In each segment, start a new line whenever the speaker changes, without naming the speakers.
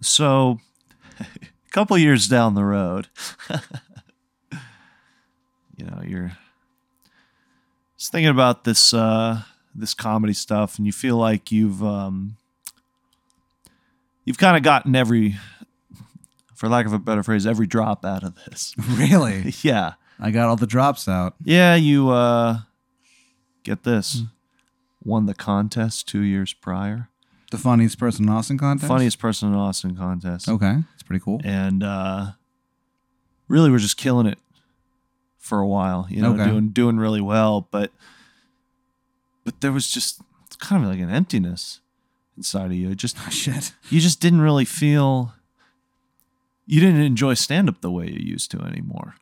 So, a couple years down the road, you know, you're just thinking about this uh, this comedy stuff, and you feel like you've um, you've kind of gotten every, for lack of a better phrase, every drop out of this.
Really?
yeah,
I got all the drops out.
yeah. You uh, get this. Won the contest two years prior.
The funniest person in Austin contest?
Funniest person in Austin contest.
Okay. It's pretty cool.
and uh, really we're just killing it for a while you know
Okay.
doing doing really well but but there was just it's kind of like an emptiness inside of you it just
Shit.
you just didn't really feel you didn't enjoy stand up the way you used to anymore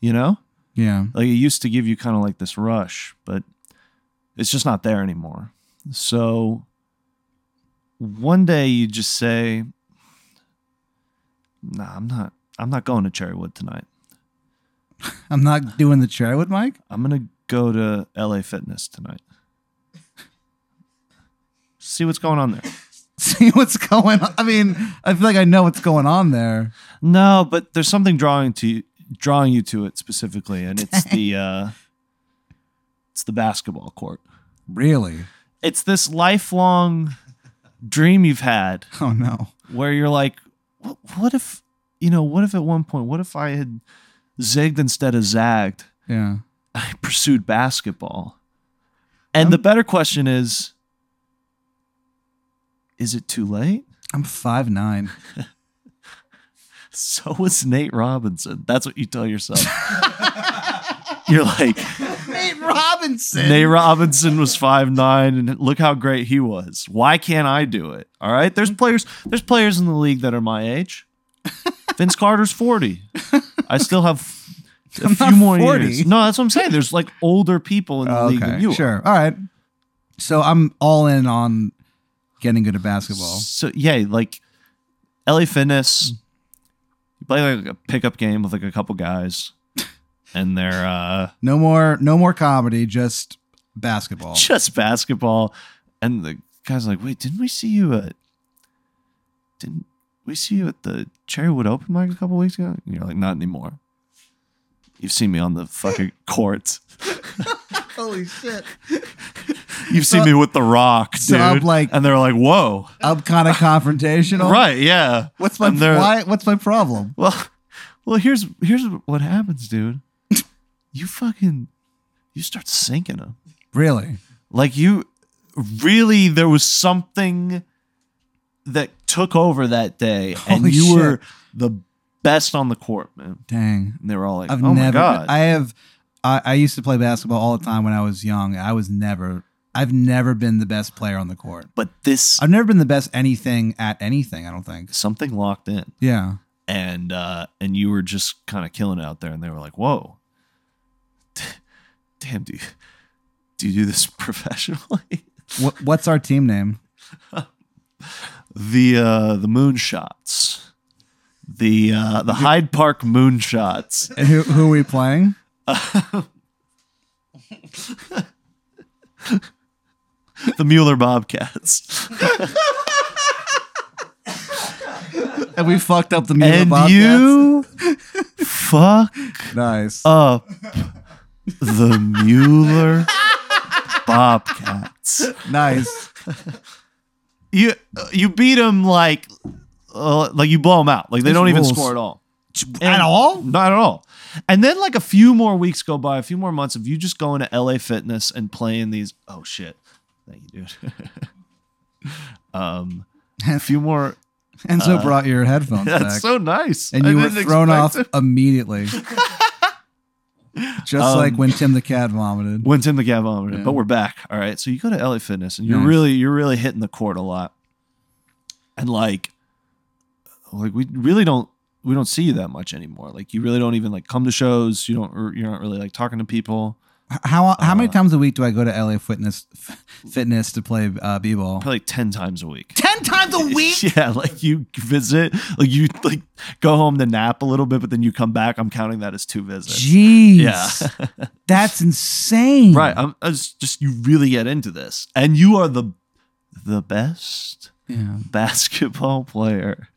you know
Yeah.
like it used to give you kind of like this rush but it's just not there anymore so one day you just say nah i'm not i'm not going to cherrywood tonight
I'm not doing the chair with Mike.
i'm gonna go to la fitness tonight see what's going on there
See what's going on. I mean, I feel like I know what's going on there.
no but there's something drawing to you drawing you to it specifically and it's the uh it's the basketball court
Really?
it's this lifelong dream you've had
Oh no.
where you're like, "Wh- what if, you know, what if at one point, what if I had zigged instead of zagged?
Yeah.
I pursued basketball. And the better question is, is it too late?
I'm five nine.
So is Nate Robinson. That's what you tell yourself. you're like,
Nate Robinson.
Nate Robinson was five nine, and look how great he was. Why can't I do it? All right, there's
Mm-hmm.
players. There's players in the league that are my age. Vince Carter's forty. I still have a
I'm
few
not
more
40.
years. No, that's what I'm saying. There's like older people in the league than you.
Oh, okay.
are.
Sure. All right. So I'm all in on getting good at basketball.
So yeah, like LA
Mm.
Fitness, you play like a pickup game with like a couple guys, and they're uh,
No more. No more comedy. Just basketball.
just basketball. And the guy's like, wait, didn't we see you at didn't we see you at the Cherrywood Open mic a couple weeks ago? And you're like, not anymore. You've seen me on the fucking courts.
Holy shit.
You've seen me with the rock, dude.
so I'm like-
and they're like, whoa.
I'm kind of confrontational.
Right, yeah.
What's my
And they're-
why? What's my problem?
Well, well, here's here's what happens, dude. You fucking you start sinking them.
Really?
Like you really there was something that took over that day
Holy
and you
shit.
were the best on the court, man.
Dang.
And they were all like,
I've
"Oh my
never.
god."
I have. I, I used to play basketball all the time when I was young. I was never. I've never been the best player on the court.
but this
I've never been the best anything at anything. I don't think.
something locked in
Yeah.
and uh and you were just kind of killing it out there and they were like, "Whoa. Damn, do you, do you do this professionally?"
What, what's our team name?
the uh, the moonshots, the uh, the Hyde Park moonshots.
And who, who are we playing?
the Mueller Bobcats.
And we fucked up the Mueller
and
Bobcats.
you fuck
Nice.
up the Mueller Bobcats.
nice.
You you beat them like uh, like you blow them out. Like they
Those
don't even
rules.
score at all.
At
And-
all?
Not at all. And then like a few more weeks go by, a few more months of you just going to LA Fitness and playing these. Oh shit! Thank you, dude. um, a few more.
Enzo brought your headphones back.
That's so nice.
and
I
you were
didn't
thrown
expect
off
it.
immediately. Just
Um,
like when Tim the Cat vomited.
Went in the gab on it,
Yeah.
but we're back. All right. So you go to LA Fitness and you're
Nice.
really you're really hitting the court a lot. And like like we really don't we don't see you that much anymore. Like you really don't even like come to shows. You don't or you're not really like talking to people.
H- How how many
uh,
times a week do I go to LA Fitness Fitness to play uh, b-ball?
Probably like 10 times a week.
Ten times a
Yeah, like you visit, like you like go home to nap a little bit, but then you come back. I'm counting that as two visits.
Jeez,
Yeah.
that's insane.
Right. I'm, I was just you really get into this, and you are the the best
Yeah.
basketball player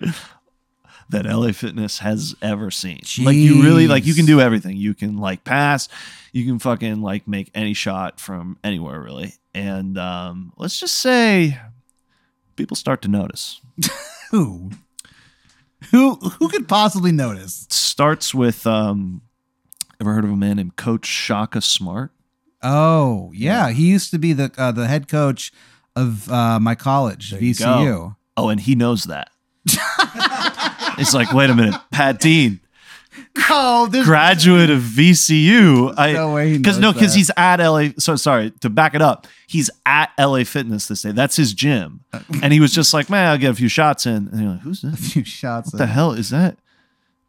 that LA Fitness has ever seen. Like you really like you can
Jeez.
do everything. You can like pass, you can fucking like make any shot from anywhere really. And um let's just say people start to notice.
Who? Who who could possibly notice?
It starts with um ever heard of a man named Coach Shaka Smart?
Oh, yeah. He used to be the uh, the head coach of uh, my college,
There you
VCU.
Oh, and he knows that. It's like, wait a minute, Pat Dean,
no, there's
graduate of VCU. I,
Oh, no way.
Because no, because
he's
he's at LA. So sorry to back it up. He's at LA Fitness this day. That's his gym,
Uh,
and he was just like, "Man, I'll get a few shots in." And you're like, "Who's
a
that?
few shots.
What the
At
hell is that?"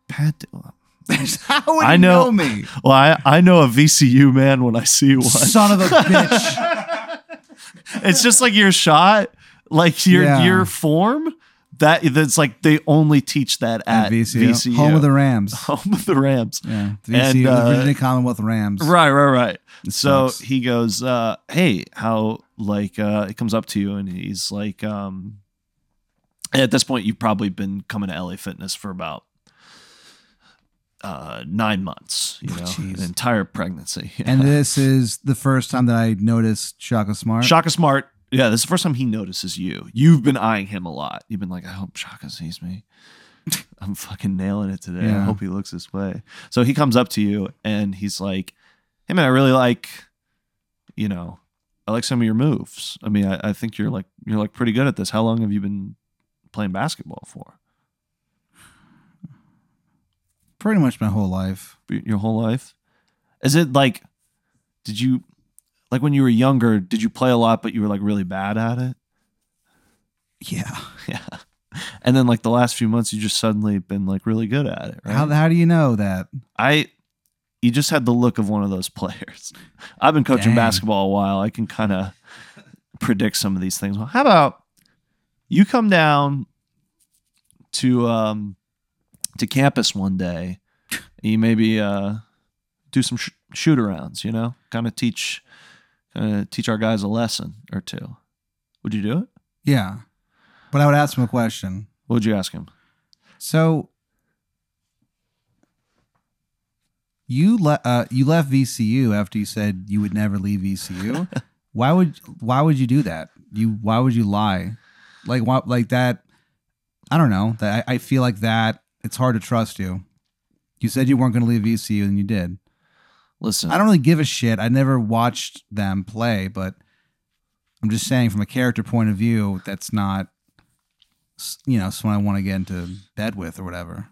Pat. Di- Well,
How would
I
he
know-
know me?
I I know a VCU man when I see one.
Son of a bitch.
It's just like your shot, like your
Yeah.
your form. That that's like they only teach that at, VCU.
Home of the Rams.
home of the Rams.
Yeah. The
And,
VCU,
uh,
the Virginia Commonwealth Rams.
Right, right, right. so
sucks.
he goes, uh, "Hey, how like uh, it comes up to you?" And he's like, um, "At this point, you've probably been coming to LA Fitness for about uh, nine months, you know,
Oh, Jeez.
an entire pregnancy."
And this is the first time that I noticed Shaka Smart.
Shaka Smart, yeah, this is the first time he notices you. You've been eyeing him a lot. You've been like, "I hope Shaka sees me." I'm fucking nailing it today. I
Yeah.
hope he looks this way. So he comes up to you and he's like, Hey man, I really like, you know, I like some of your moves. I mean, I, I think you're like you're like pretty good at this. How long have you been playing basketball for?
Pretty much my whole life.
Y- Your whole life? Is it like did you like when you were younger, did you play a lot but you were like really bad at it?
Yeah.
Yeah. And then like the last few months you just suddenly been like really good at it, right?
How, how do you know that?
I you just had the look of one of those players. I've been coaching
Dang.
basketball a while. I can kind of predict some of these things. Well, how about you come down to um to campus one day and you maybe uh do some sh- shoot arounds, you know? Kind of teach uh, teach our guys a lesson or two. Would you do it?
Yeah. But I would ask him a question.
What would you ask him?
So you le- uh, you left VCU after you said you would never leave VCU. why would why would you do that? You why would you lie? Like why like that? I don't know. That I, I feel like that. It's hard to trust you. You said you weren't going to leave VCU, and you did.
Listen.
I don't really give a shit. I never watched them play, but I'm just saying from a character point of view, that's not, s- you know, someone I want to get into bed with or whatever.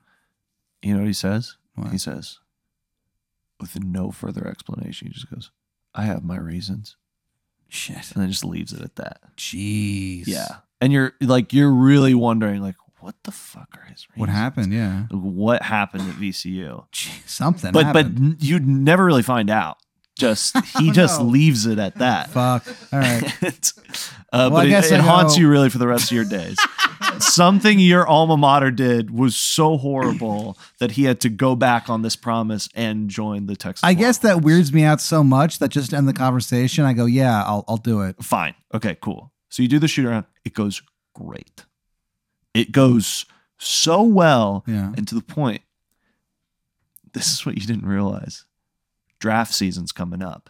You know what he says?
What?
He says, with no further explanation, he just goes, I have my reasons.
Shit.
And then just leaves it at that.
Jeez.
And you're like, you're really wondering, like, what the fuck are his reasons?
What happened? Yeah.
What happened at VCU?
Jeez, something.
but
happened.
but you'd never really find out. Just he
Oh,
just
no.
leaves it at that.
fuck. All right.
It's- uh,
Well, I
but it,
guess I
it haunts
know.
you really for the rest of your days. Something your alma mater did was so horrible that he had to go back on this promise and join the Texas.
I guess that
Longhorns.
weirds me out so much that just to end the conversation. I go, yeah, I'll I'll do it.
Fine. Okay, cool. So you do the shoot around. It goes great. It goes so well
Yeah.
and to the point. This is what you didn't realize. Draft season's coming up.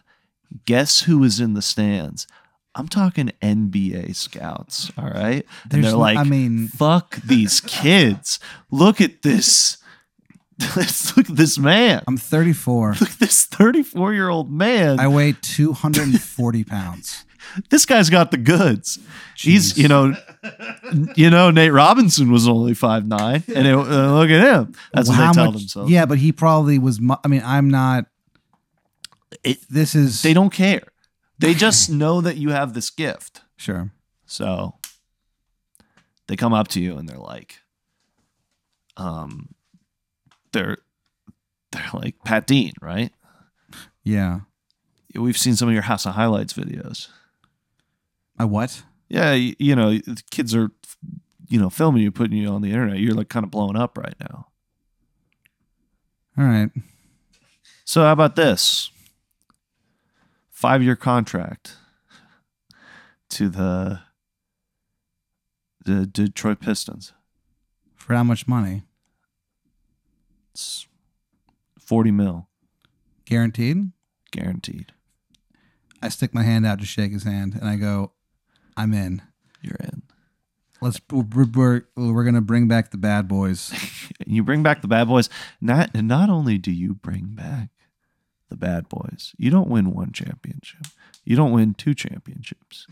Guess who is in the stands? I'm talking NBA scouts. All right. and
There's
they're
no-
like,
I mean-
fuck these kids. Look at this. Let's look at this man.
I'm 34.
Look at this 34 year old man.
I weigh 240 pounds.
this guy's got the goods. He's,
Jeez.
you know, you know, Nate Robinson was only five nine, and it, uh, look at him. That's
Well,
what
how
they tell
much-
themselves.
Yeah, but he probably was. Mu- I mean, I'm not.
It-
this is
they don't care. They just know that you have this gift.
sure.
So they come up to you and they're like, um, they're they're like Pat Dean, right?
Yeah,
We've seen some of your House of Highlights videos.
I what?
Yeah, you, you know, the kids are, you know, filming you, putting you on the internet. You're like kind of blowing up right now.
All right.
So how about this? Five year contract to the the Detroit Pistons.
For how much money?
It's 40 mil
Guaranteed?
guaranteed.
I stick my hand out to shake his hand and I go, I'm in.
You're in.
Let's we're we're, we're gonna bring back the bad boys.
You bring back the bad boys. Not and not only do you bring back the bad boys, you don't win one championship. You don't win two championships.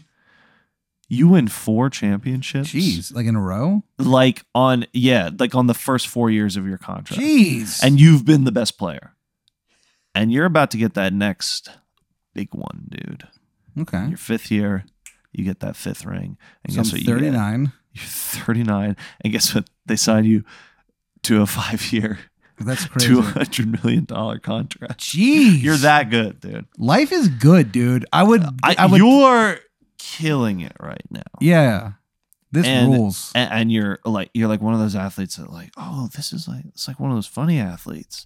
You win four championships.
Jeez, like in a row.
Like on yeah, like on the first four years of your contract.
Jeez,
and you've been the best player. And you're about to get that next big one, dude.
okay,
Your fifth year, you get that fifth ring. And
Hmm? so I'm
guess what? You
thirty
get?
nine.
You're 39. And guess what? They sign you to a five year,
That's crazy.
$200 million contract.
Jeez,
You're that good, dude.
Life is good, dude. I would. I,
I,
would.
you're killing it right now.
yeah, this
And-
rules.
And, and you're like you're like one of those athletes that like oh this is like it's like one of those funny athletes.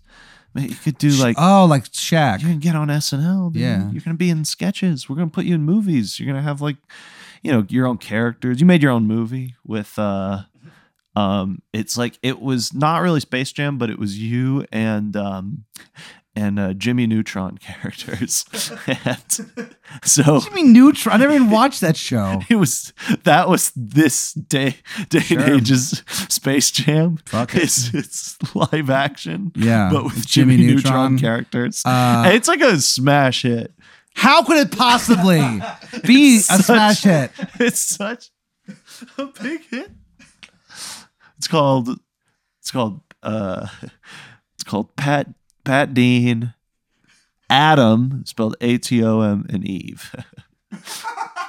Man, you could do like
oh, like
You
Shaq.
can get on SNL. Dude.
Yeah.
You're going to be in sketches. We're going to put you in movies. You're going to have like, you know, your own characters. You made your own movie with, uh, um, it's like, it was not really Space Jam, but it was you and, um, and uh, Jimmy Neutron characters. and so
Jimmy Neutron. I never even watched that show.
it was, that was this day, day
Sure.
and age's Space Jam.
Fuck it.
It's, it's live action,
Yeah,
but with Jimmy, Neutron, characters.
Uh,
And it's like a smash hit.
How could it possibly be a
such-
smash hit?
It's such a big hit. It's called it's called uh it's called Pat Pat Dean Adam spelled A T O M and Eve.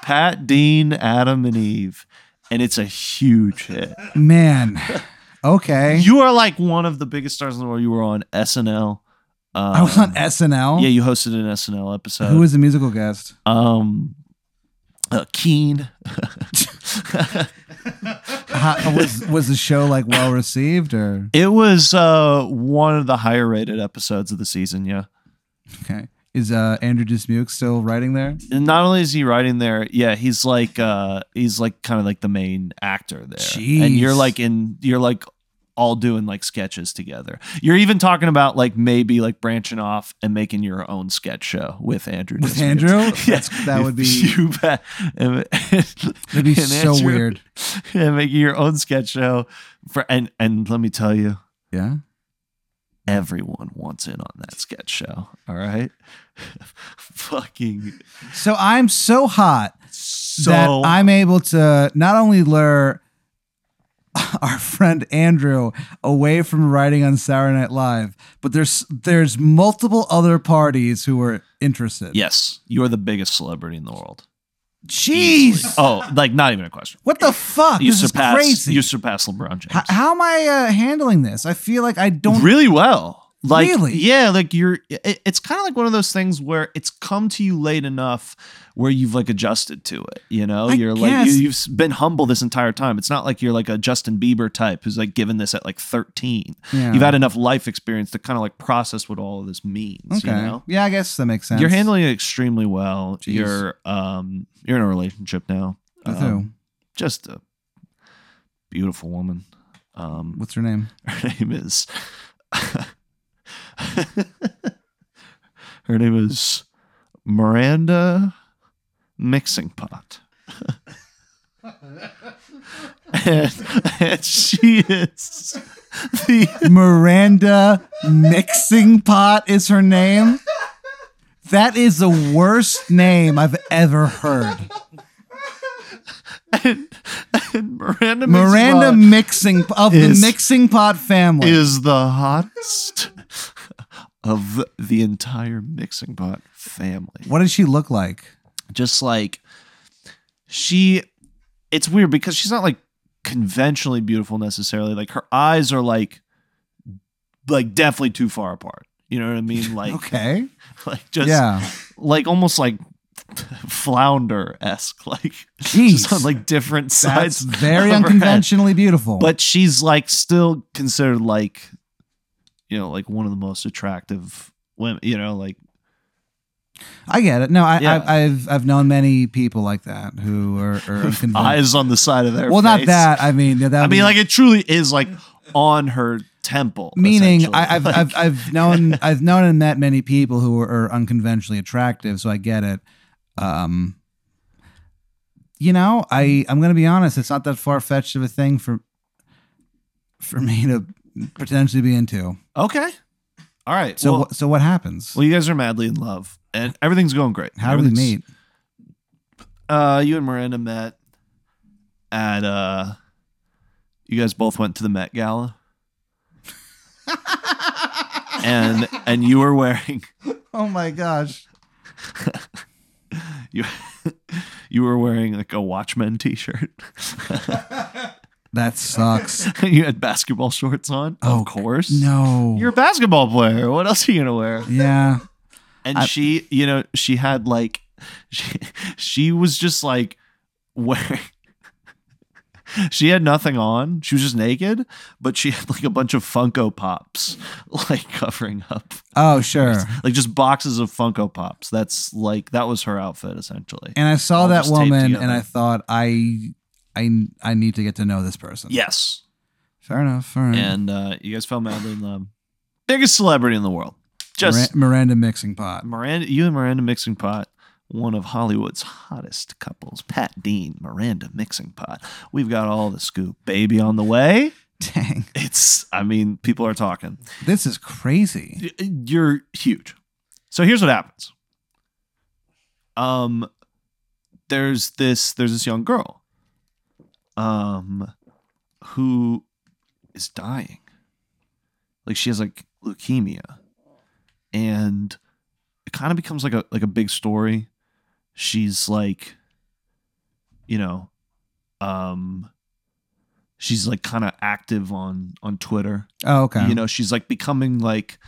Pat Dean Adam and Eve and it's a huge hit.
Man. Okay.
You are like one of the biggest stars in the world. You were on SNL. Uh,
I was on SNL.
Yeah, you hosted an SNL episode.
Oh, Who was the musical guest?
um uh, Keen.
How, was was the show like well received or
It was uh, one of the higher rated episodes of the season, yeah.
okay? Is uh, Andrew Dismuke still writing there?
And not only is he writing there, yeah, he's like uh, he's like kind of like the main actor there. And you're
Jeez.
like in you're like all doing like sketches together. You're even talking about like maybe like branching off and making your own sketch show with Andrew.
With
Dismuke.
Andrew?
yeah.
That's- that would be-
you bet. And-
That'd be
and
so
Andrew-
weird.
And making your own sketch show for and and let me tell you,
Yeah.
everyone wants in on that sketch show. All right. Fucking
So I'm so hot
so
that I'm able to not only lure our friend Andrew away from writing on Saturday Night Live, but there's there's multiple other parties who are interested.
Yes, you're the biggest celebrity in the world.
Jeez.
Oh, like not even a question.
What the fuck?
You
this
surpass
is crazy.
you surpass LeBron James.
H- how am I uh, handling this? I feel like I don't.
really well. Like
Really?
yeah, like you're it, it's kind of like one of those things where it's come to you late enough where you've like adjusted to it, you know?
I
you're like you,
guess.
you've been humble this entire time. It's not like you're like a Justin Bieber type who's like given this at like 13.
Yeah.
You've had enough life experience to kind of like process what all of this means,
Okay.
you know?
Yeah, I guess that makes sense.
You're handling it extremely well.
Jeez.
You're um you're in a relationship now.
With
Um,
who?
Just a beautiful woman. Um
What's her name?
her name is Her name is Miranda Mixing Pot. and, and she is the
Miranda Mixing Pot is her name. That is the worst name I've ever heard.
and, and Miranda Mixing
Miranda
Pot-
Mixing of
is-
the Mixing Pot family.
is the hottest of the entire mixing pot family.
what did she look like?
Just like she, it's weird because she's not like conventionally beautiful necessarily. Like her eyes are like, like definitely too far apart. You know what I mean? Like,
Okay.
like just
yeah.
like almost like flounder esque. Like,
Jeez.
just on like different sides.
That's very
of her head
unconventionally beautiful.
but she's like still considered like you know like one of the most attractive women you know like
I get it. No, I,
Yeah.
I, I've I've known many people like that who are, are convinced.
Eyes on the side of their
well, not
face.
that. um, I mean, that would
I
be-
mean, like it truly is like on her temple.
meaning
essentially.
I, I've,
Like,
I've I've known I've known and met many people who are, are unconventionally attractive, so I get it. Um, you know, I I'm gonna be honest. It's not that far fetched of a thing for for me to potentially be into.
okay, all right.
So
well,
what so what happens?
well, you guys are madly in love, and everything's going great.
How do we
Everything's-
meet?
Uh, you and Miranda met at uh, you guys both went to the Met Gala, and and you were wearing
oh my gosh!
you you were wearing like a Watchmen T-shirt.
That sucks.
you had basketball shorts on,
Oh,
of course.
No.
You're a basketball player. What else are you gonna wear?
yeah.
And
I-
she, you know, she had like, she, she was just like wearing. She had nothing on. She was just naked, but she had like a bunch of Funko Pops, like covering up,
Oh sure.
like just boxes of Funko Pops. That's like that was her outfit essentially.
And I saw
All
that
just taped
woman, and
together.
I thought I. I, I need to get to know this person.
yes,
Fair enough. Fair enough.
and uh, you guys fell madly in love. Biggest celebrity in the world, just
Mira- Miranda mixing pot.
Miranda. You and Miranda Mixing Pot, one of Hollywood's hottest couples, Pat Dean, Miranda Mixing Pot. We've got all the scoop, baby, on the way.
Dang,
It's, I mean, people are talking.
this is crazy.
Y- You're huge. So here's what happens. Um, there's this there's this young girl, um, who is dying. Like she has like leukemia, and it kind of becomes like a like a big story. She's like, you know, um, she's like kind of active on on Twitter.
Oh, okay.
You know, she's like becoming like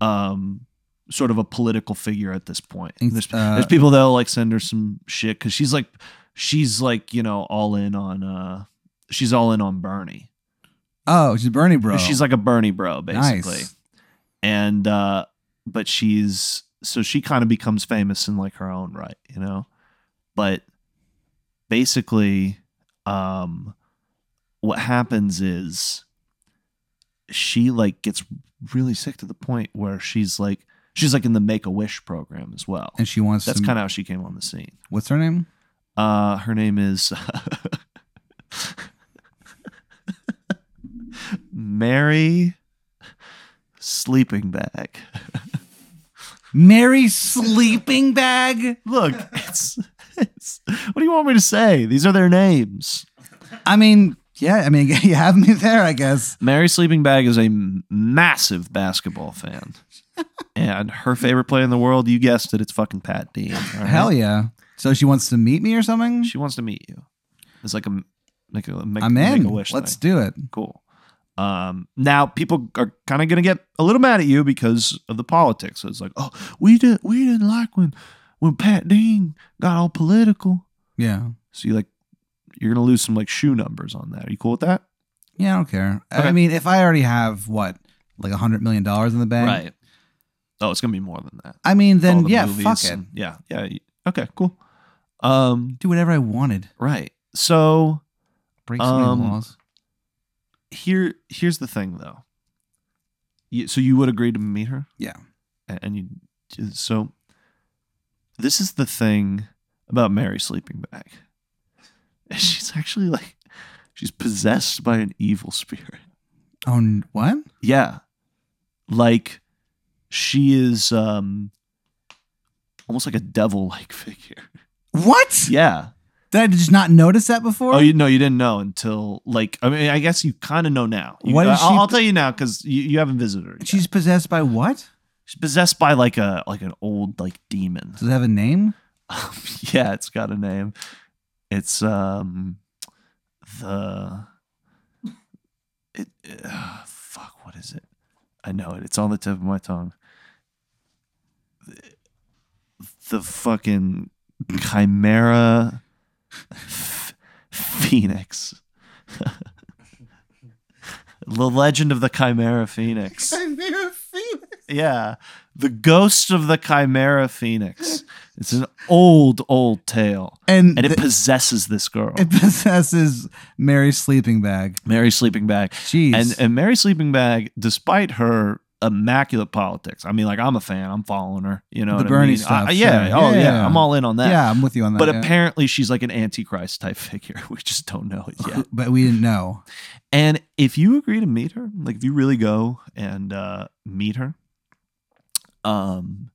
um sort of a political figure at this point. And there's,
Uh,
there's people that'll like send her some shit because she's like she's like, you know, all in on uh she's all in on Bernie.
oh, she's Bernie bro.
She's like a Bernie bro, basically.
Nice.
And uh but she's so she kind of becomes famous in like her own right, you know? But basically, um what happens is she like gets really sick to the point where she's like she's like in the make a wish program as well.
and she wants.
That's kind of how she came on the scene.
What's her name?
Uh, her name is Mary Sleeping Bag.
Mary Sleeping Bag.
Look, it's, it's what do you want me to say? These are their names.
I mean, yeah. I mean, you have me there, I guess.
Mary Sleeping Bag is a m- massive basketball fan. And her favorite player in the world, you guessed it, it's fucking Pat Dean.
Hell yeah. So she wants to meet me or something.
She wants to meet you. It's like a like a make,
I'm in.
make a wish.
Let's
thing.
do it.
cool. Um, now people are kind of going to get a little mad at you because of the politics. So it's like, oh, we didn't we didn't like when when Pat Dean got all political.
Yeah.
So you like you're going to lose some like shoe numbers on that. Are you cool with that?
Yeah, I don't care. I- I
Okay.
mean, if I already have what, like a hundred million dollars in the bank.
Oh, it's going to be more than that.
I mean,
All
then
the
yeah,
movies
fuck it.
and- Yeah, yeah. y- Okay, cool. Um,
Do whatever I wanted.
right. So
Break so many
Um,
laws.
here here's the thing though. You, so you would agree to meet her?
Yeah.
A- and you so this is the thing about Mary sleeping bag. She's actually like she's possessed by an evil spirit.
Oh, n- what?
Yeah. Like she is um almost like a devil like figure.
What?
Yeah.
Did I just not notice that before?
Oh, you no, you didn't know until like I mean I guess you kind of know now. You, uh,
What is
I'll,
she-
I'll tell you now cuz you, you haven't visited her. yet.
She's possessed by what?
she's possessed by like a like an old like demon.
Does it have a name?
Um, yeah, it's got a name. It's um the it uh, fuck what is it? I know it. It's on the tip of my tongue. The, the fucking chimera Ph- phoenix. the legend of the chimera phoenix. Yeah, The Ghost of the Chimera Phoenix. It's an old, old tale.
And,
And it
th-
possesses this girl,
it possesses Mary's sleeping bag.
Mary Sleeping Bag.
Jeez.
And, and Mary Sleeping Bag, despite her immaculate politics, I mean, like, I'm a fan, I'm following her, you know.
The
what I
Bernie
mean?
stuff,
I- yeah,
sure.
Oh, yeah.
Yeah.
I'm all in on that.
yeah, I'm with you on that.
But
yeah.
apparently, she's like an antichrist type figure. We just don't know it yet.
but we didn't know.
And if you agree to meet her, like if you really go and uh, meet her, um,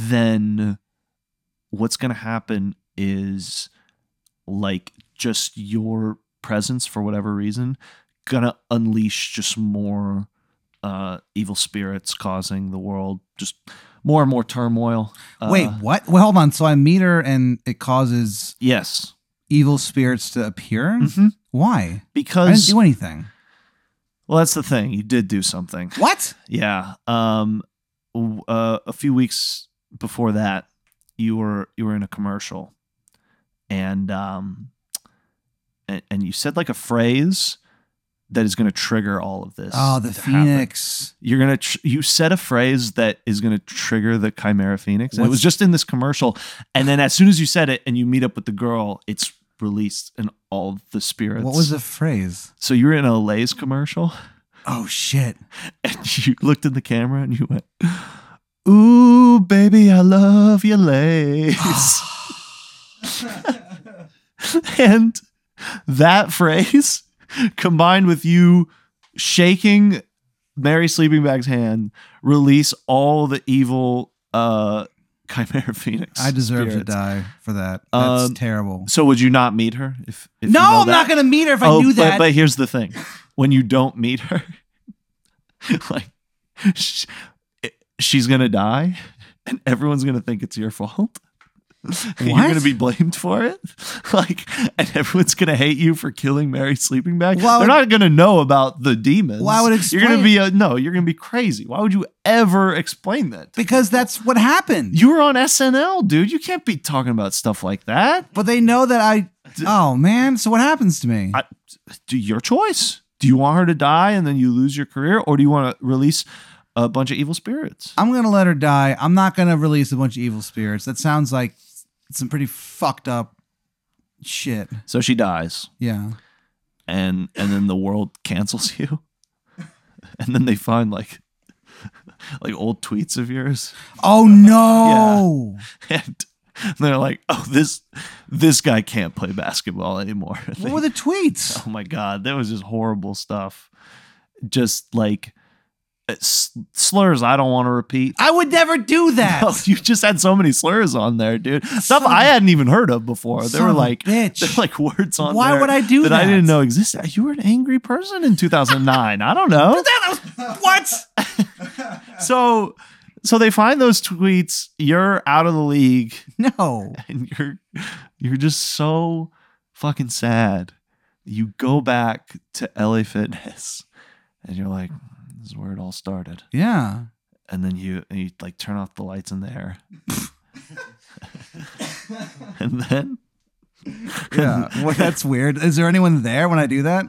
then what's going to happen is like just your presence for whatever reason gonna unleash just more uh, evil spirits causing the world just more and more turmoil. Uh,
Wait, what? Well, hold on. So I meet her and it causes
yes,
evil spirits to appear?
Mhm.
Why? I didn't
because
do anything.
well, that's the thing. You did do something.
What?
Yeah. Um. w- Uh, a few weeks before that, you were you were in a commercial, and um, and, and you said like a phrase that is going to trigger all of this.
Oh, the
to happen.
Phoenix.
You're gonna tr- you said a phrase that is gonna trigger the Chimera Phoenix, and it was
What's-
just in this commercial. And then as soon as you said it, and you meet up with the girl, it's released and all the spirits.
What was the phrase?
So you were in a Lay's commercial
Oh, shit.
and you looked in the camera and you went, "Ooh, baby, I love your legs." and that phrase, combined with you shaking Mary Sleeping Bag's hand, release all the evil uh, Chimera Phoenix.
I deserve to
spirits.
die for that. That's
Um,
terrible.
So would you not meet her if? if
No,
you know
I'm
that?
not going to meet her if I knew
Oh, but,
that.
But here's the thing: when you don't meet her, like sh- it- she's gonna die, and everyone's gonna think it's your fault. And You're
What?
gonna be blamed for it, like, and everyone's gonna hate you for killing Mary Sleeping Bag.
Well, I
They're not
would-
gonna know about the demons.
Well, I would
You're gonna
explain-
be a, no. You're gonna be crazy. Why would you ever explain that? to
because that's what happened.
you were on SNL, dude. You can't be talking about stuff like that.
but they know that I. Oh, man. So what happens to me?
I- do your choice. Do you want her to die and then you lose your career, or do you want to release a bunch of evil spirits?
I'm gonna let her die. I'm not gonna release a bunch of evil spirits. That sounds like some pretty fucked up shit.
So she dies,
Yeah.
and and then the world cancels you, and then they find like like old tweets of yours,
Oh no.
and they're like, oh this this guy can't play basketball anymore.
What were the tweets?
oh my god, that was just horrible stuff. Just like uh, s- slurs I don't want to repeat.
I would never do that.
Oh, you just had so many slurs on there, dude. Stuff
of a-
I hadn't even heard of before. There
Son
were
of a
like
bitch.
there were like words on
Why
there
would I do
that, I
that?
didn't know existed. You were an angry person in 2009. I don't know.
what?
So so they find those tweets, you're out of the league
No.
and you're you're just so fucking sad. You go back to LA Fitness and you're like this is where it all started.
Yeah.
and then you and you like turn off the lights in there. and then
Yeah. well, that's weird. Is there anyone there when I do that?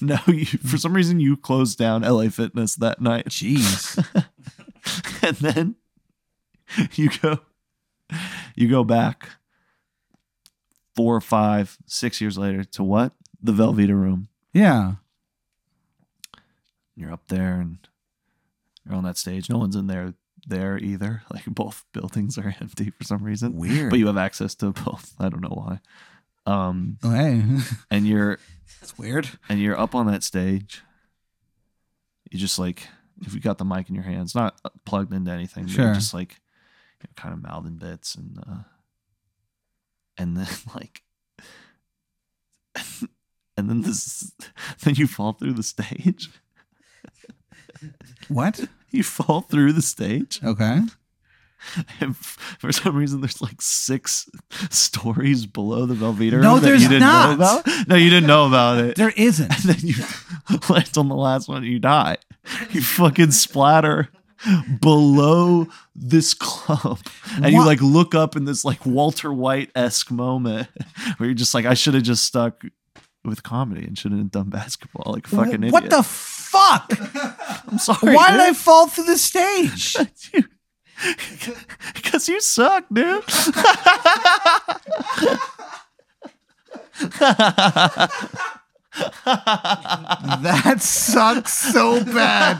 no, you, for some reason you closed down LA Fitness that night,
Jeez.
and then you go you go back four, five, six years later to what the Velveeta room.
Yeah.
You're up there and you're on that stage. No one's in there there either. Like both buildings are empty for some reason,
Weird.
but you have access to both. I don't know why. Um,
oh, hey.
and you're
That's weird.
and you're up on that stage, you just like if you got the mic in your hands, not uh, plugged into anything, but
Sure.
you're just like you know, kind of mouthing bits and uh, and then like and then this then you fall through the stage.
What?
You fall through the stage,
Okay.
and f- for some reason, there's like six stories below the Velveeta.
No,
room that
there's
you didn't
not.
Know about? No, you didn't know about it.
There isn't.
and then you land on the last one and you die. You fucking splatter below this club. And you
What?
like look up in this like Walter White esque moment where you're just like, I should have just stuck with comedy and shouldn't have done basketball. Like a fucking
What
idiot.
the fuck?
I'm sorry.
Why did I fall through the stage?
dude. Because you suck, dude.
that sucks so bad.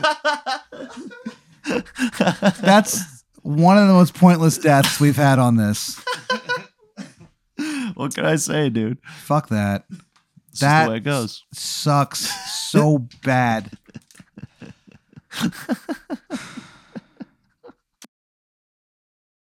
That's one of the most pointless deaths we've had on this.
what can I say, dude?
Fuck that.
That's
That-
the way it goes.
Sucks so bad.